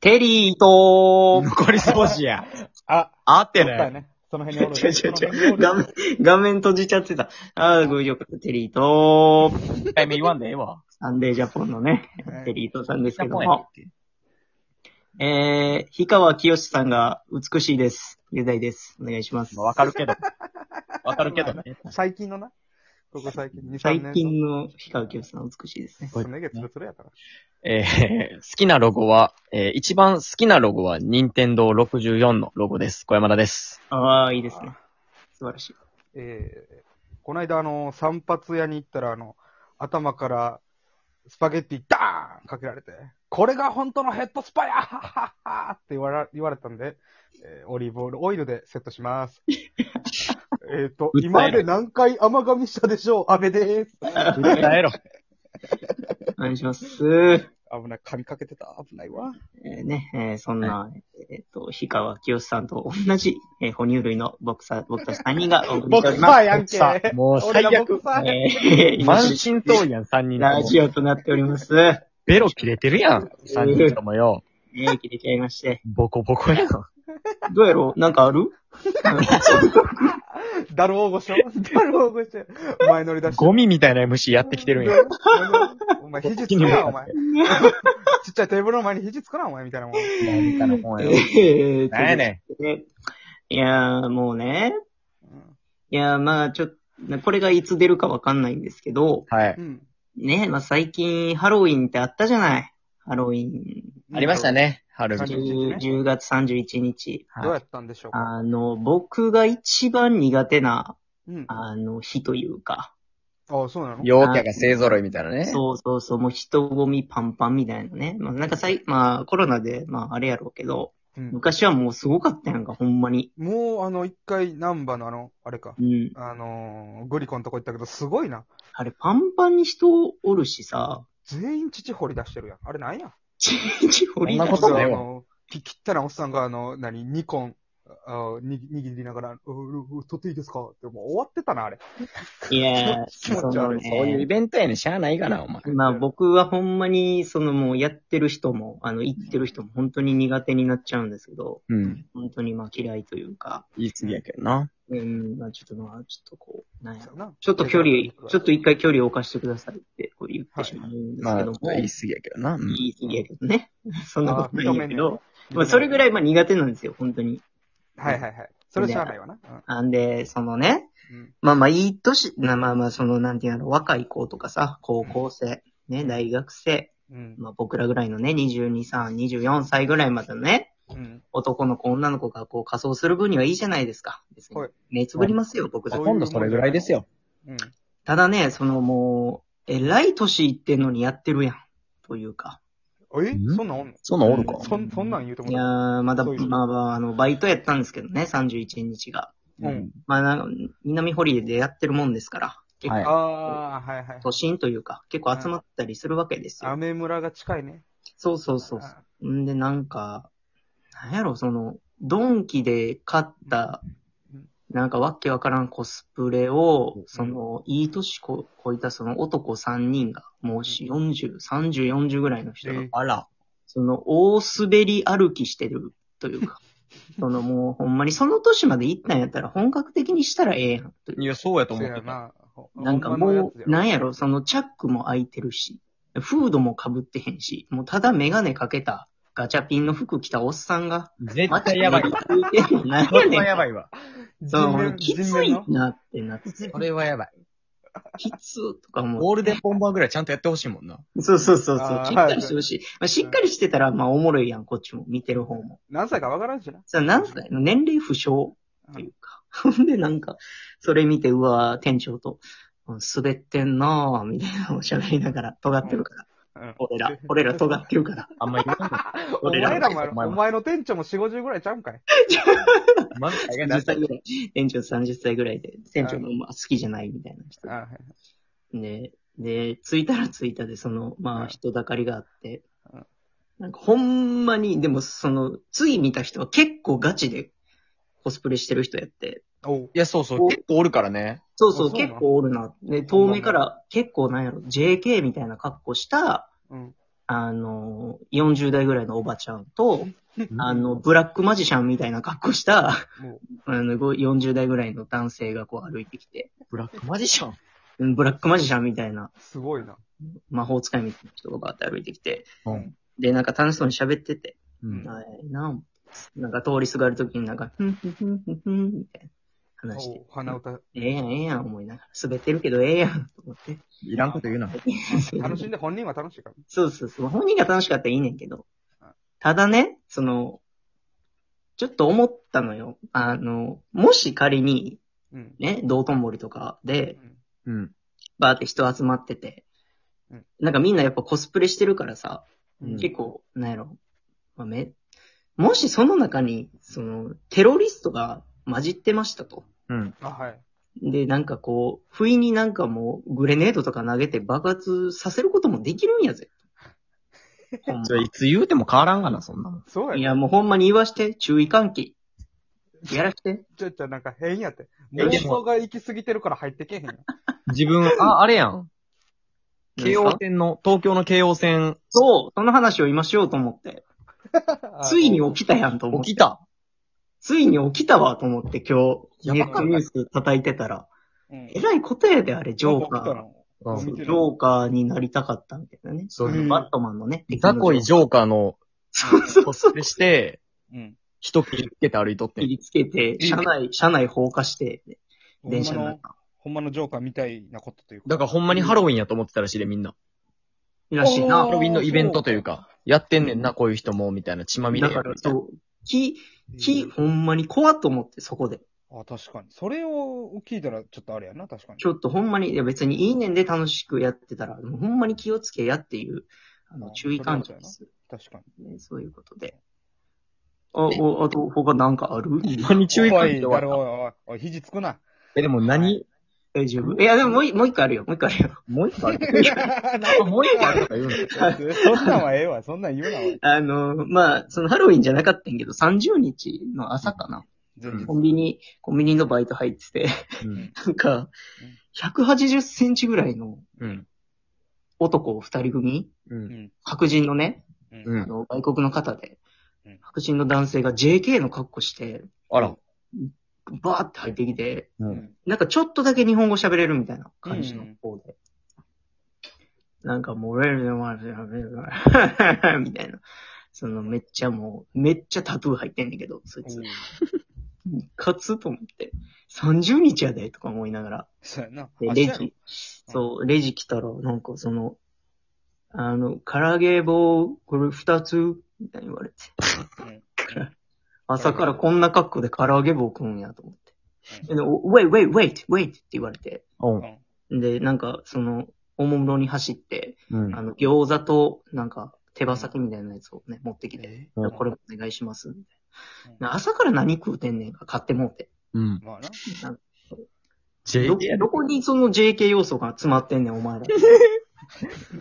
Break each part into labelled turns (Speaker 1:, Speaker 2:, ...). Speaker 1: テリーと、
Speaker 2: 残り少しや。
Speaker 3: あ、
Speaker 1: 合っ
Speaker 3: そ
Speaker 1: て
Speaker 3: うだよ
Speaker 1: ない。
Speaker 3: ね。その辺
Speaker 1: 違
Speaker 3: に
Speaker 1: う
Speaker 3: おる。
Speaker 1: 違
Speaker 3: その辺にお
Speaker 1: う違う。
Speaker 3: る
Speaker 1: 画面、画面閉じちゃってた。ああ、よかった。テリーと、
Speaker 2: 一回目言わんでええわ。
Speaker 1: サンデージャポンのね、テリーとさんですけど
Speaker 2: ジャポンや
Speaker 1: も。えー、氷川きよしさんが美しいです。雄大です。お願いします。
Speaker 2: わかるけど。わかるけどね。
Speaker 3: 最近のな。ここ最近、2、3
Speaker 1: 最
Speaker 3: 年の。
Speaker 1: 近の氷川きよしさん美しいですね。
Speaker 3: すねげつるつるやから。
Speaker 4: えー好きなロゴは、えー一番好きなロゴは、任天堂64のロゴです。小山田 です。
Speaker 1: ああ、いいですね。素晴らしい。
Speaker 3: えー、この間、あの、散髪屋に行ったら、あの、頭から、スパゲッティ、ダーンかけられて、これが本当のヘッドスパやは はははって言われ言われたんで、えーオリーブオイルオイルでセットし ます。えっと、
Speaker 4: 訴えろ
Speaker 3: 今まで何回甘噛みしたでしょう安倍でーす。
Speaker 4: 訴えろ。
Speaker 1: お願いします。え
Speaker 3: 危ない、噛みかけてた。危ないわ。
Speaker 1: ーね、 えーそんな、えっと、氷川きよしさんと同じ、えー哺乳類のボクサー、僕たち3人がお送り
Speaker 3: ボ
Speaker 1: してお
Speaker 3: ク
Speaker 1: り
Speaker 3: サ
Speaker 1: ます。
Speaker 3: ーやんけ。
Speaker 4: さあ、もう最
Speaker 3: 俺がボ
Speaker 4: 悪
Speaker 3: ク。サーやんけ。
Speaker 1: えー、
Speaker 4: 満身創痍やん、3人
Speaker 1: ラ
Speaker 4: とも。
Speaker 1: ジオとなっております。 え
Speaker 4: ベロ切れてるやん、3人ともよ。
Speaker 1: ー、切れちゃいまして。
Speaker 4: ボコボコやん。
Speaker 1: どうやろうなんかある
Speaker 3: ダルオーゴショダルオーゴショ前乗り出して。
Speaker 4: ゴミみたいな MC やってきてるんや。
Speaker 3: お前、肘つくな、お前。ちっちゃいテーブルの前に肘つくな、お前、みたいなもん。
Speaker 4: みたいなもん
Speaker 1: え
Speaker 4: や。
Speaker 1: ーと
Speaker 4: なんやね
Speaker 1: ねいやー、もうね。
Speaker 3: うん
Speaker 1: いやー、まあ、ちょっと、これがいつ出るかわかんないんですけど、
Speaker 4: ん。はい。
Speaker 3: うん。
Speaker 1: ね、まあ最近ハロウィンってあったじゃない。ハロウィン、
Speaker 4: ありました。ね、春
Speaker 3: は
Speaker 4: 日。
Speaker 3: い
Speaker 1: 10, 10月31日。
Speaker 3: どうやったんでしょうか。
Speaker 1: あの、僕が一番苦手な、
Speaker 3: うん。あ
Speaker 1: あの、日というか、
Speaker 3: あ、そうなの
Speaker 4: 陽キャが勢揃いみたいなね。
Speaker 1: そうそうそう、もう人混みパンパンみたいなね。まあなんかさい、まあコロナで、まああれやろうけど、
Speaker 3: うん
Speaker 1: 昔はもうすごかったやんか、ほんまに。
Speaker 3: もう、あの、一回、ナンバのあの、あれか。
Speaker 1: うん。
Speaker 3: あのー、グリコのとこ行ったけど、すごいな。
Speaker 1: あれ、パンパンに人おるしさ、
Speaker 3: 全員乳掘り出してるやん。あれなんや
Speaker 1: ちんち掘り
Speaker 4: そんな
Speaker 1: 出
Speaker 4: こ
Speaker 1: し
Speaker 4: とな
Speaker 3: あ
Speaker 4: いわ
Speaker 3: の、き、きったなおっさんが、あの、何、ニコン、あに、握りながら、ううう取っていいですかって、もう終わってたな、あれ。
Speaker 1: いやー、
Speaker 3: 気持
Speaker 1: そ
Speaker 3: ち
Speaker 1: の
Speaker 3: 悪い
Speaker 1: ね、
Speaker 4: そういうイベントやねん、しゃあないがな、お前。
Speaker 1: まあ僕はほんまに、そのもうやってる人も、あの、言ってる人も本当に苦手になっちゃうんですけど、
Speaker 4: うん。
Speaker 1: 本当にまあ嫌いというか、
Speaker 4: 言い過ぎやけどな。
Speaker 1: うん、まあちょっとまあちょっとこう、なんやろ。
Speaker 3: な
Speaker 1: ちょっと距離、ちょっと一回距離を置かしてくださいってこう言ってしまうんです
Speaker 4: ま
Speaker 1: け
Speaker 4: あ、ち
Speaker 1: ど
Speaker 4: ょっ
Speaker 1: も、
Speaker 4: と言い過ぎやけどな。うん
Speaker 1: 言い過ぎやけどね。 そんなことないんやけ
Speaker 3: あ認めん
Speaker 1: ど、まあそれぐらいまあ苦手なんですよ、本当に。
Speaker 3: はいはいはい。それしゃあないわな。うん
Speaker 1: なんで、そのね、
Speaker 3: うん
Speaker 1: まあまあ、いい年、なまあまあ、その、なんていうの、若い子とかさ、高校生、ね、大学生、
Speaker 3: うん。
Speaker 1: まあ僕らぐらいのね、22、3、24歳ぐらいまでのね、
Speaker 3: うん。
Speaker 1: 男の子、女の子がこう仮装する分にはいいじゃないですか。別に
Speaker 3: はい
Speaker 1: 目つぶりますよ、僕
Speaker 4: ま
Speaker 1: だ
Speaker 4: あ
Speaker 1: って
Speaker 4: 今度それぐらいですよ。
Speaker 3: うん。
Speaker 1: ただね、そのもう、えらい年いってんのにやってるやん。というか。
Speaker 3: え
Speaker 4: うん
Speaker 3: そんなんおんの
Speaker 4: そんなんおるか。
Speaker 3: そん、そんなん言うとも
Speaker 1: いやー、まだ、
Speaker 3: そういう
Speaker 1: まあまあ、あの、バイトやったんですけどね、31日が。
Speaker 3: う
Speaker 4: うんん。
Speaker 1: まあな、南ホリデーでやってるもんですから、結
Speaker 4: は
Speaker 1: 構、
Speaker 4: い
Speaker 3: あー、はいはい。
Speaker 1: 都心というか、結構集まったりするわけですよ。
Speaker 3: 雨村が近いね。
Speaker 1: そうそうそうそ
Speaker 3: あ
Speaker 1: うんで、なんか、なんやろ、その、ドンキで買った
Speaker 3: うん、
Speaker 1: なんかわけわからんコスプレを
Speaker 4: うん、
Speaker 1: その、いい年こ超えたその男3人が、もうし40、30、40ぐらいの人が
Speaker 3: えー
Speaker 4: あら。
Speaker 1: その、大滑り歩きしてるというか、そのもうほんまにその年まで行ったんやったら本格的にしたらええやんという。
Speaker 4: いや、そうやと
Speaker 3: そう
Speaker 4: 思っ
Speaker 3: や
Speaker 4: てた。
Speaker 3: な。ほ
Speaker 1: なんか
Speaker 3: ほまの
Speaker 1: も
Speaker 3: つ
Speaker 1: う、なんやろ、そのチャックも開いてるし、フードも被ってへんし、もうただメガネかけたガチャピンの服着たおっさんが、
Speaker 4: 絶対やばい。
Speaker 1: 街歩いてるのなんや
Speaker 4: それ
Speaker 1: ね
Speaker 4: は
Speaker 1: ん。
Speaker 4: やばいわ。
Speaker 1: そ
Speaker 3: 人
Speaker 1: の
Speaker 3: 面、
Speaker 1: き
Speaker 3: 人
Speaker 1: つ
Speaker 3: 面
Speaker 1: い
Speaker 3: の
Speaker 1: なってなって、
Speaker 4: それはやばい。
Speaker 1: きつーとかも
Speaker 4: ゴールデンボンバーぐらいちゃんとやってほしいもんな。
Speaker 1: う、そうそうそうそう
Speaker 3: あ、ー
Speaker 1: しっかりしてほしい。まあ、しっかりしてたら、まあおもろいやん、こっちも、見てる方も。
Speaker 3: 何歳かわからんしな。
Speaker 1: さあ、何歳の年齢不詳っていうか。 ほんで、なんか、それ見て、うわー店長と、うん滑ってんなぁ、みたいなのを喋りながら、尖ってるから。
Speaker 3: うん
Speaker 1: 俺ら、俺ら尖って るから。
Speaker 4: あんまり言わんの。
Speaker 3: お
Speaker 4: 俺ら
Speaker 3: 前らもやろ
Speaker 4: お
Speaker 3: お
Speaker 4: 前も
Speaker 3: 前の店長も4、50ぐらいちゃうんかい。
Speaker 4: まず大変だ
Speaker 1: 30。歳ぐらい。店長30歳ぐらいで、店長もまあ好きじゃないみたいな人
Speaker 3: あ。はい
Speaker 1: で、で、着いたら着いたで、その、ま
Speaker 3: う
Speaker 1: あ
Speaker 3: ん
Speaker 1: 人だかりがあって
Speaker 3: うん、
Speaker 1: なんかほんまに、でもその、つい見た人は結構ガチでコスプレしてる人やって、
Speaker 3: おう
Speaker 4: いや、そうそう。結構おるからね。
Speaker 1: そうそ
Speaker 3: あ
Speaker 1: う、
Speaker 3: そうな
Speaker 1: 結
Speaker 3: の
Speaker 1: 構おるな。で、遠目から結構なんやろ、JK みたいな格好した、
Speaker 3: うん。
Speaker 1: あの、40代ぐらいのおばちゃんと、
Speaker 4: ん
Speaker 1: あの、ブラックマジシャンみたいな格好した、
Speaker 3: も
Speaker 1: あの、ご40代ぐらいの男性がこう歩いてきて、
Speaker 4: ブラックマジシャン
Speaker 1: うんブラックマジシャンみたいな
Speaker 3: う、すごいな。
Speaker 1: 魔法使いみたいな人がバーって歩いてきて、
Speaker 4: うん
Speaker 1: で、なんか楽しそうに喋ってて、
Speaker 4: うん。
Speaker 1: あええななんか通りすがるときになんか、ふんふんふんふんふん、みたいな話して
Speaker 3: お、鼻歌、
Speaker 1: ええやん、ええやん、思いながら、滑ってるけどええやん、と思って。
Speaker 4: いらんこと言うな。
Speaker 3: 楽しんで、本人は楽しいから。
Speaker 1: そうそうそう。本人が楽しかったらいいねんけど。ただね、その、ちょっと思ったのよ。あの、もし仮に、
Speaker 3: うん。
Speaker 1: ね、道頓堀とか
Speaker 3: う
Speaker 1: で、
Speaker 3: ん
Speaker 4: うん。
Speaker 1: バーって人集まってて
Speaker 3: うん、
Speaker 1: なんかみんなやっぱコスプレしてるからさ、
Speaker 4: うん
Speaker 1: 結構、なんやろ、まあ、め、もしその中に、その、テロリストが混じってましたと。
Speaker 4: うん。
Speaker 3: あ、はい。
Speaker 1: で、なんかこう、不意になんかもう、グレネードとか投げて爆発させることもできるんやぜ。ほんま
Speaker 4: それいつ言うても変わらんがな、そんなの。
Speaker 3: そうや
Speaker 1: い
Speaker 3: ね。
Speaker 1: や、もうほんまに言わして、注意喚起。やらして。
Speaker 3: ちょ、ちょ、なんか変やって。
Speaker 4: えでも
Speaker 3: 妄想が行き過ぎてるから入ってけへんよ。
Speaker 4: 自分、あ、あれやん。京
Speaker 1: なん
Speaker 4: 王
Speaker 1: すか
Speaker 4: 線の、東京の京王線、
Speaker 1: そう、その話を今しようと思って。ついに起きたやんと思って。
Speaker 4: 起きた。
Speaker 1: ついに起きたわと思って今日、
Speaker 4: や
Speaker 1: ネ
Speaker 4: ばか
Speaker 1: ッ
Speaker 4: った
Speaker 1: トニュース叩いてたら、
Speaker 3: うん
Speaker 1: えらい答えであれ、ジョーカ
Speaker 3: なんか起きた
Speaker 1: ー。
Speaker 3: の
Speaker 4: う
Speaker 3: 起
Speaker 4: ん
Speaker 3: き。
Speaker 1: ジョーカーになりたかったみたいなね。
Speaker 4: そう
Speaker 3: うん
Speaker 1: バットマンのね。
Speaker 4: ザコイジョーカーの
Speaker 1: そうそう
Speaker 4: コス
Speaker 1: そう。
Speaker 4: プレして、
Speaker 3: うん。
Speaker 4: 人切りつけて歩いとって
Speaker 1: 切
Speaker 4: ん。
Speaker 1: りつけて、車内、車内放火して、電車の
Speaker 3: ほんまの、
Speaker 1: 中。
Speaker 3: ほんまのジョーカーみたいなことというか。
Speaker 4: だからほんまにハロウィンやと思ってたらしいで、みんな。
Speaker 1: らしい
Speaker 3: あ
Speaker 1: な
Speaker 4: ハ。ロウィンのイベントというか、やってんねんな、こういう人も、みたいな、血まみれ
Speaker 1: だ
Speaker 4: や
Speaker 1: から
Speaker 4: み、たいな。
Speaker 1: そう、き、
Speaker 3: うん
Speaker 1: き、ほんまに怖っと思って、そこで。
Speaker 3: あ、確かに。それを聞いたらちょっとあれやな、確かに。
Speaker 1: ちょっとほんまに、いや別にいいねんで楽しくやってたら、もうほんまに気をつけやっていう、あの、
Speaker 3: あ
Speaker 1: 注意喚起です、
Speaker 3: 確かに。
Speaker 1: ね。そういうことで。あ、お、あと、他なんかある
Speaker 4: ほんまに注意
Speaker 3: お
Speaker 4: 喚起
Speaker 3: い、
Speaker 4: で
Speaker 3: だ
Speaker 4: 終
Speaker 3: ろ、
Speaker 4: わっ
Speaker 3: おい、おいおい、肘つくな。
Speaker 4: たえ、でも 何
Speaker 1: 大丈夫いや、でももういもう一個あるよ。もう一個あるよ。
Speaker 4: もう一 回
Speaker 3: なんか
Speaker 4: もう一回とか言うの
Speaker 3: そんなんはええわ、そんなん言うな、おい
Speaker 1: あの、まあ、そのハロウィンじゃなかったんやけど、30日の朝かな。
Speaker 3: 前日
Speaker 1: コンビニ、コンビニのバイト入ってて、
Speaker 4: うん。
Speaker 1: なんか、180センチぐらいの
Speaker 4: うん。
Speaker 1: 男二人組
Speaker 4: う。
Speaker 3: うんん。
Speaker 1: 白人のね、
Speaker 3: う。
Speaker 4: うん
Speaker 1: あの外国の方で
Speaker 3: うん、
Speaker 1: 白人の男性が JK の格好して、
Speaker 4: あら。
Speaker 1: バーって入ってきて、
Speaker 4: う。
Speaker 3: うんん
Speaker 1: なんかちょっとだけ日本語喋れるみたいな感じの
Speaker 3: うん
Speaker 1: 方で。なんかもう、レルレマルレル みたいな。そのめっちゃもう、めっちゃタトゥー入ってんだけど、そいつ。勝つと思って。30日やで、とか思いながら。
Speaker 3: そうやな。
Speaker 1: で、
Speaker 3: あ
Speaker 1: レ
Speaker 3: そうや
Speaker 1: ジ、そう、レジ来たら、なんかその、あの、唐揚げ棒、これ二つみたいに言われて。
Speaker 3: うん
Speaker 1: 朝からこんな格好で唐揚げ棒食うんやと思って。で、お wait, wait, wait, wait って言われて。
Speaker 4: う
Speaker 3: ろ
Speaker 4: ん。
Speaker 1: で、なんか、その、おもむろに走って、
Speaker 4: うん
Speaker 1: あの、餃子と、なんか、手羽先みたいなやつをね、持ってきて、
Speaker 3: え
Speaker 4: うん
Speaker 1: これお願いします、みたい
Speaker 3: うん
Speaker 1: な。朝から何食うてんねんか、買ってもうて。
Speaker 4: うん。
Speaker 3: まあな。
Speaker 1: ど
Speaker 4: JK やで
Speaker 1: どこにその JK 要素が詰まってんねん、お前ら。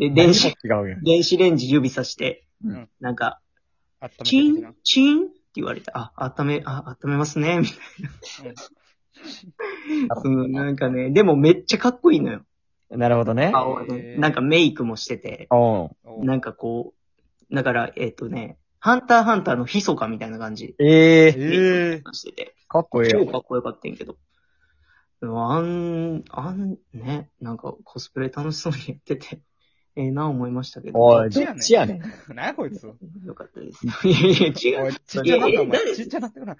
Speaker 1: で、電子、
Speaker 4: 違うやん。
Speaker 1: 電子レンジ指さして、
Speaker 4: うん
Speaker 1: なんか、
Speaker 3: あっためて
Speaker 1: チ
Speaker 3: るしな
Speaker 1: ン、チンって言われて、あ、温め、あ、温めますね、みたいな。 そのなんかね、でもめっちゃかっこいいのよ。
Speaker 4: なるほどね。
Speaker 1: 顔がねなんかメイクもしてて。
Speaker 4: うん。
Speaker 3: うん
Speaker 1: なんかこう、だから、えっ、とね、ハンターハンターのヒソカみたいな感じ
Speaker 4: ええ。
Speaker 3: ええ。
Speaker 1: してて、
Speaker 4: かっこええ
Speaker 1: 超
Speaker 4: やん。
Speaker 1: かっこよかったんやけど。でもあん、あん、ね、なんかコスプレ楽しそうにやってて、ええな思いましたけど、
Speaker 4: おい、
Speaker 3: ど
Speaker 4: ど
Speaker 3: っ
Speaker 4: っ
Speaker 3: ち
Speaker 4: ち
Speaker 3: や
Speaker 4: や
Speaker 3: ね
Speaker 4: ね
Speaker 3: ん
Speaker 4: ん。
Speaker 3: なんやこいつ。お
Speaker 1: よかったです。いやいや、違う。
Speaker 3: い、ちっちゃなった、お
Speaker 1: いやい
Speaker 3: 前。
Speaker 1: や
Speaker 3: ちっちゃなってくな。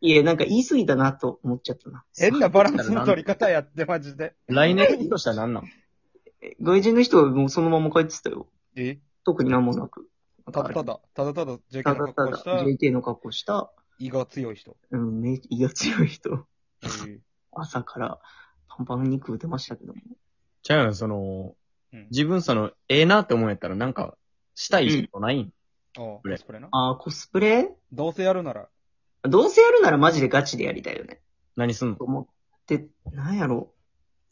Speaker 1: いや、なんか言い過ぎたなと思っちゃったな。
Speaker 3: 変なバランスの取り方やって、マジで。
Speaker 4: 来年としたらなんなん
Speaker 1: え外人の人はもうそのまま帰ってたよ。
Speaker 3: え
Speaker 1: 特になんもなく。
Speaker 3: ただただ、ただただ、JK
Speaker 1: た
Speaker 3: の
Speaker 1: だ
Speaker 3: 格好
Speaker 1: た
Speaker 3: し
Speaker 1: だ
Speaker 3: た、
Speaker 1: JK の格好した、
Speaker 3: 胃が強い人。
Speaker 1: うん、め、胃が強い人、
Speaker 3: ええ
Speaker 1: 朝からパンパンに食うてましたけども。
Speaker 4: ちゃうやん、その、
Speaker 3: うん
Speaker 4: 自分その、ええなって思うんやったら、なんか、したい人ないん
Speaker 3: ああ、
Speaker 4: れ
Speaker 3: コスプレな。
Speaker 1: あーコスプレ
Speaker 3: どうせやるなら、
Speaker 1: どうせやるならマジでガチでやりたいよね。
Speaker 4: 何すんの
Speaker 1: と思って、なんやろ。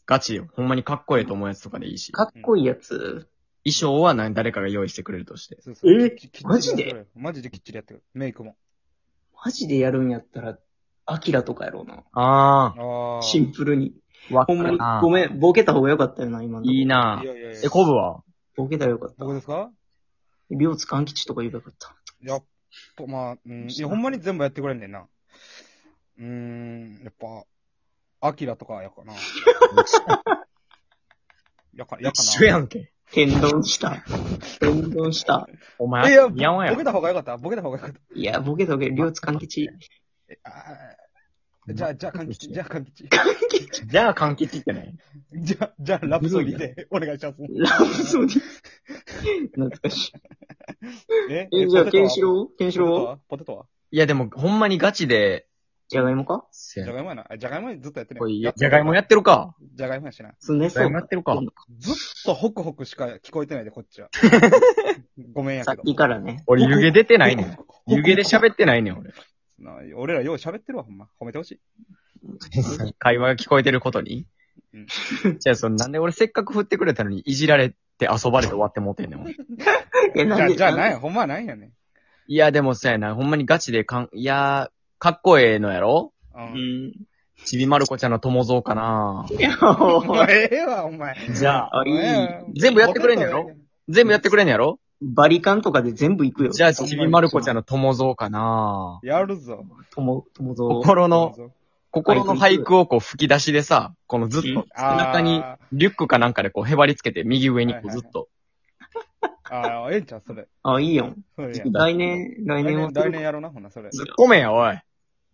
Speaker 4: ガチよ。ほんまにかっこええと思うやつとかでいいし。
Speaker 1: かっこいいやつ。
Speaker 4: 衣装は何誰かが用意してくれるとして。
Speaker 3: そうそう
Speaker 1: え
Speaker 3: ききっちり
Speaker 1: マジで
Speaker 3: やってくれマジできっちりやってくる。メイクも。
Speaker 1: マジでやるんやったら、アキラとかやろうな。
Speaker 4: あ
Speaker 3: ああ。
Speaker 1: シンプルに。
Speaker 4: あ、わ
Speaker 1: ほんまに、ごめん、ボケた方がよかったよな、今の。
Speaker 4: いいなぁ
Speaker 3: いやいやいや。
Speaker 4: え、コブは
Speaker 1: ボケたらよかった
Speaker 3: どこ。ですか
Speaker 1: 両津勘吉とか言えばよかった。
Speaker 3: やっぱ、まあ、うん。いや、ほんまに全部やってくれんねんな。うーん、やっぱ、アキラとかやかな。やか、やか
Speaker 4: 一緒やんけ。
Speaker 1: 天丼した。天丼した。
Speaker 4: お
Speaker 3: な。
Speaker 4: 前、
Speaker 3: え、いや、
Speaker 4: 似合わんや
Speaker 3: ボケた方がよかった。ボケた方がよかった
Speaker 1: いや、ボケとけ、両津勘吉。
Speaker 3: え。あーじゃあ、じゃあ、かんきち、じゃあ、かんきち。
Speaker 4: ろ。じゃあ、柑橘ってね。
Speaker 3: じゃあ、じゃあ、ラプソディでお願いします。
Speaker 1: ラブソディ。懐かしい。
Speaker 3: え
Speaker 1: え、じゃあ、ケンシ
Speaker 3: ウ
Speaker 1: ロウケンシロウはい
Speaker 3: ポテトはい
Speaker 4: や、でも、ほんまにガチで、
Speaker 1: じゃがいもか
Speaker 4: せ
Speaker 3: じゃ
Speaker 4: や
Speaker 3: がいもやな。あじゃがいもずっとやってね
Speaker 4: こ。れじゃがいもやってるか。
Speaker 3: じゃがいもやしな。
Speaker 1: すね
Speaker 4: じゃ
Speaker 1: そ
Speaker 4: が
Speaker 1: う
Speaker 4: いもや
Speaker 1: か
Speaker 4: っ。てるか。
Speaker 3: ずっとホクホクしか聞こえてないで、こっちは。 ごめんや
Speaker 1: さっ
Speaker 3: けど。
Speaker 1: きからね。
Speaker 4: 俺、湯気出てないねん。湯気で喋ってないねん、俺。
Speaker 3: な俺らよう喋ってるわ、ほんま。褒めてほしい。
Speaker 4: 会話が聞こえてることに
Speaker 3: うん。
Speaker 4: じゃあ、その、なんで俺せっかく振ってくれたのに、いじられて遊ばれて終わってもうてんねん。俺
Speaker 1: え、
Speaker 3: じ
Speaker 1: な
Speaker 3: ゃ
Speaker 1: ん
Speaker 3: あ、
Speaker 1: で
Speaker 3: じゃあ、ない、ほんまはないんやねん。
Speaker 4: いや、でもそうやな。ほんまにガチでかん、いやー、かっこええのやろ
Speaker 3: う。
Speaker 1: うんん。
Speaker 4: ちびまる子ちゃんの友蔵かな
Speaker 3: お 前、ええわ、お前。
Speaker 4: じゃあ、
Speaker 1: あ、いい。
Speaker 4: 全部やってくれんのやろ全部やってくれんのやろ
Speaker 1: バリカンとかで全部行くよ。
Speaker 4: じゃあ、ちびまる子ちゃんの友蔵かな
Speaker 3: やるぞ。
Speaker 1: とも、ともぞ。
Speaker 4: 心の、心の俳句をこう吹き出しでさ、このずっと、背
Speaker 3: あー
Speaker 4: 中にリュックかなんかでこうへばりつけて、右上にこうずっと。
Speaker 3: ああ、ええんちゃう、それ。
Speaker 1: あ、いいよ。
Speaker 3: それや
Speaker 1: 来年、来
Speaker 3: 来
Speaker 1: 年
Speaker 3: 年、、
Speaker 1: は
Speaker 3: 来年やろうな、ほんな、それ。
Speaker 4: ずっこめや、おい。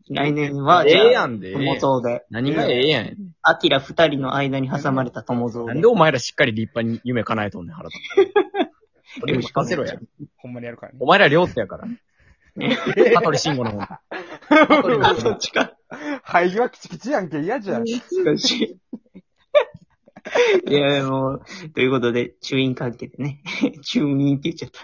Speaker 1: 来年は、
Speaker 4: え
Speaker 1: じ
Speaker 4: え
Speaker 1: ゃ
Speaker 4: や
Speaker 1: あ、
Speaker 4: んで。ええやん
Speaker 1: 友蔵で、
Speaker 4: 何がええやん。
Speaker 1: アキラ二人の間に挟まれた友蔵
Speaker 4: なん
Speaker 1: で
Speaker 4: で。お前らしっかり立派に夢叶えとんねん、腹立 つ。俺に任せろや。
Speaker 3: ほんまにやるからね
Speaker 4: お。前ら両手や から。羽鳥慎吾の方。羽鳥 の
Speaker 1: そ
Speaker 4: 方
Speaker 1: っちか。
Speaker 3: はい、はきちきちやんけ、嫌じゃん。
Speaker 1: 難し い。いや、もう、ということで、中院関係でね。中院って言っちゃった。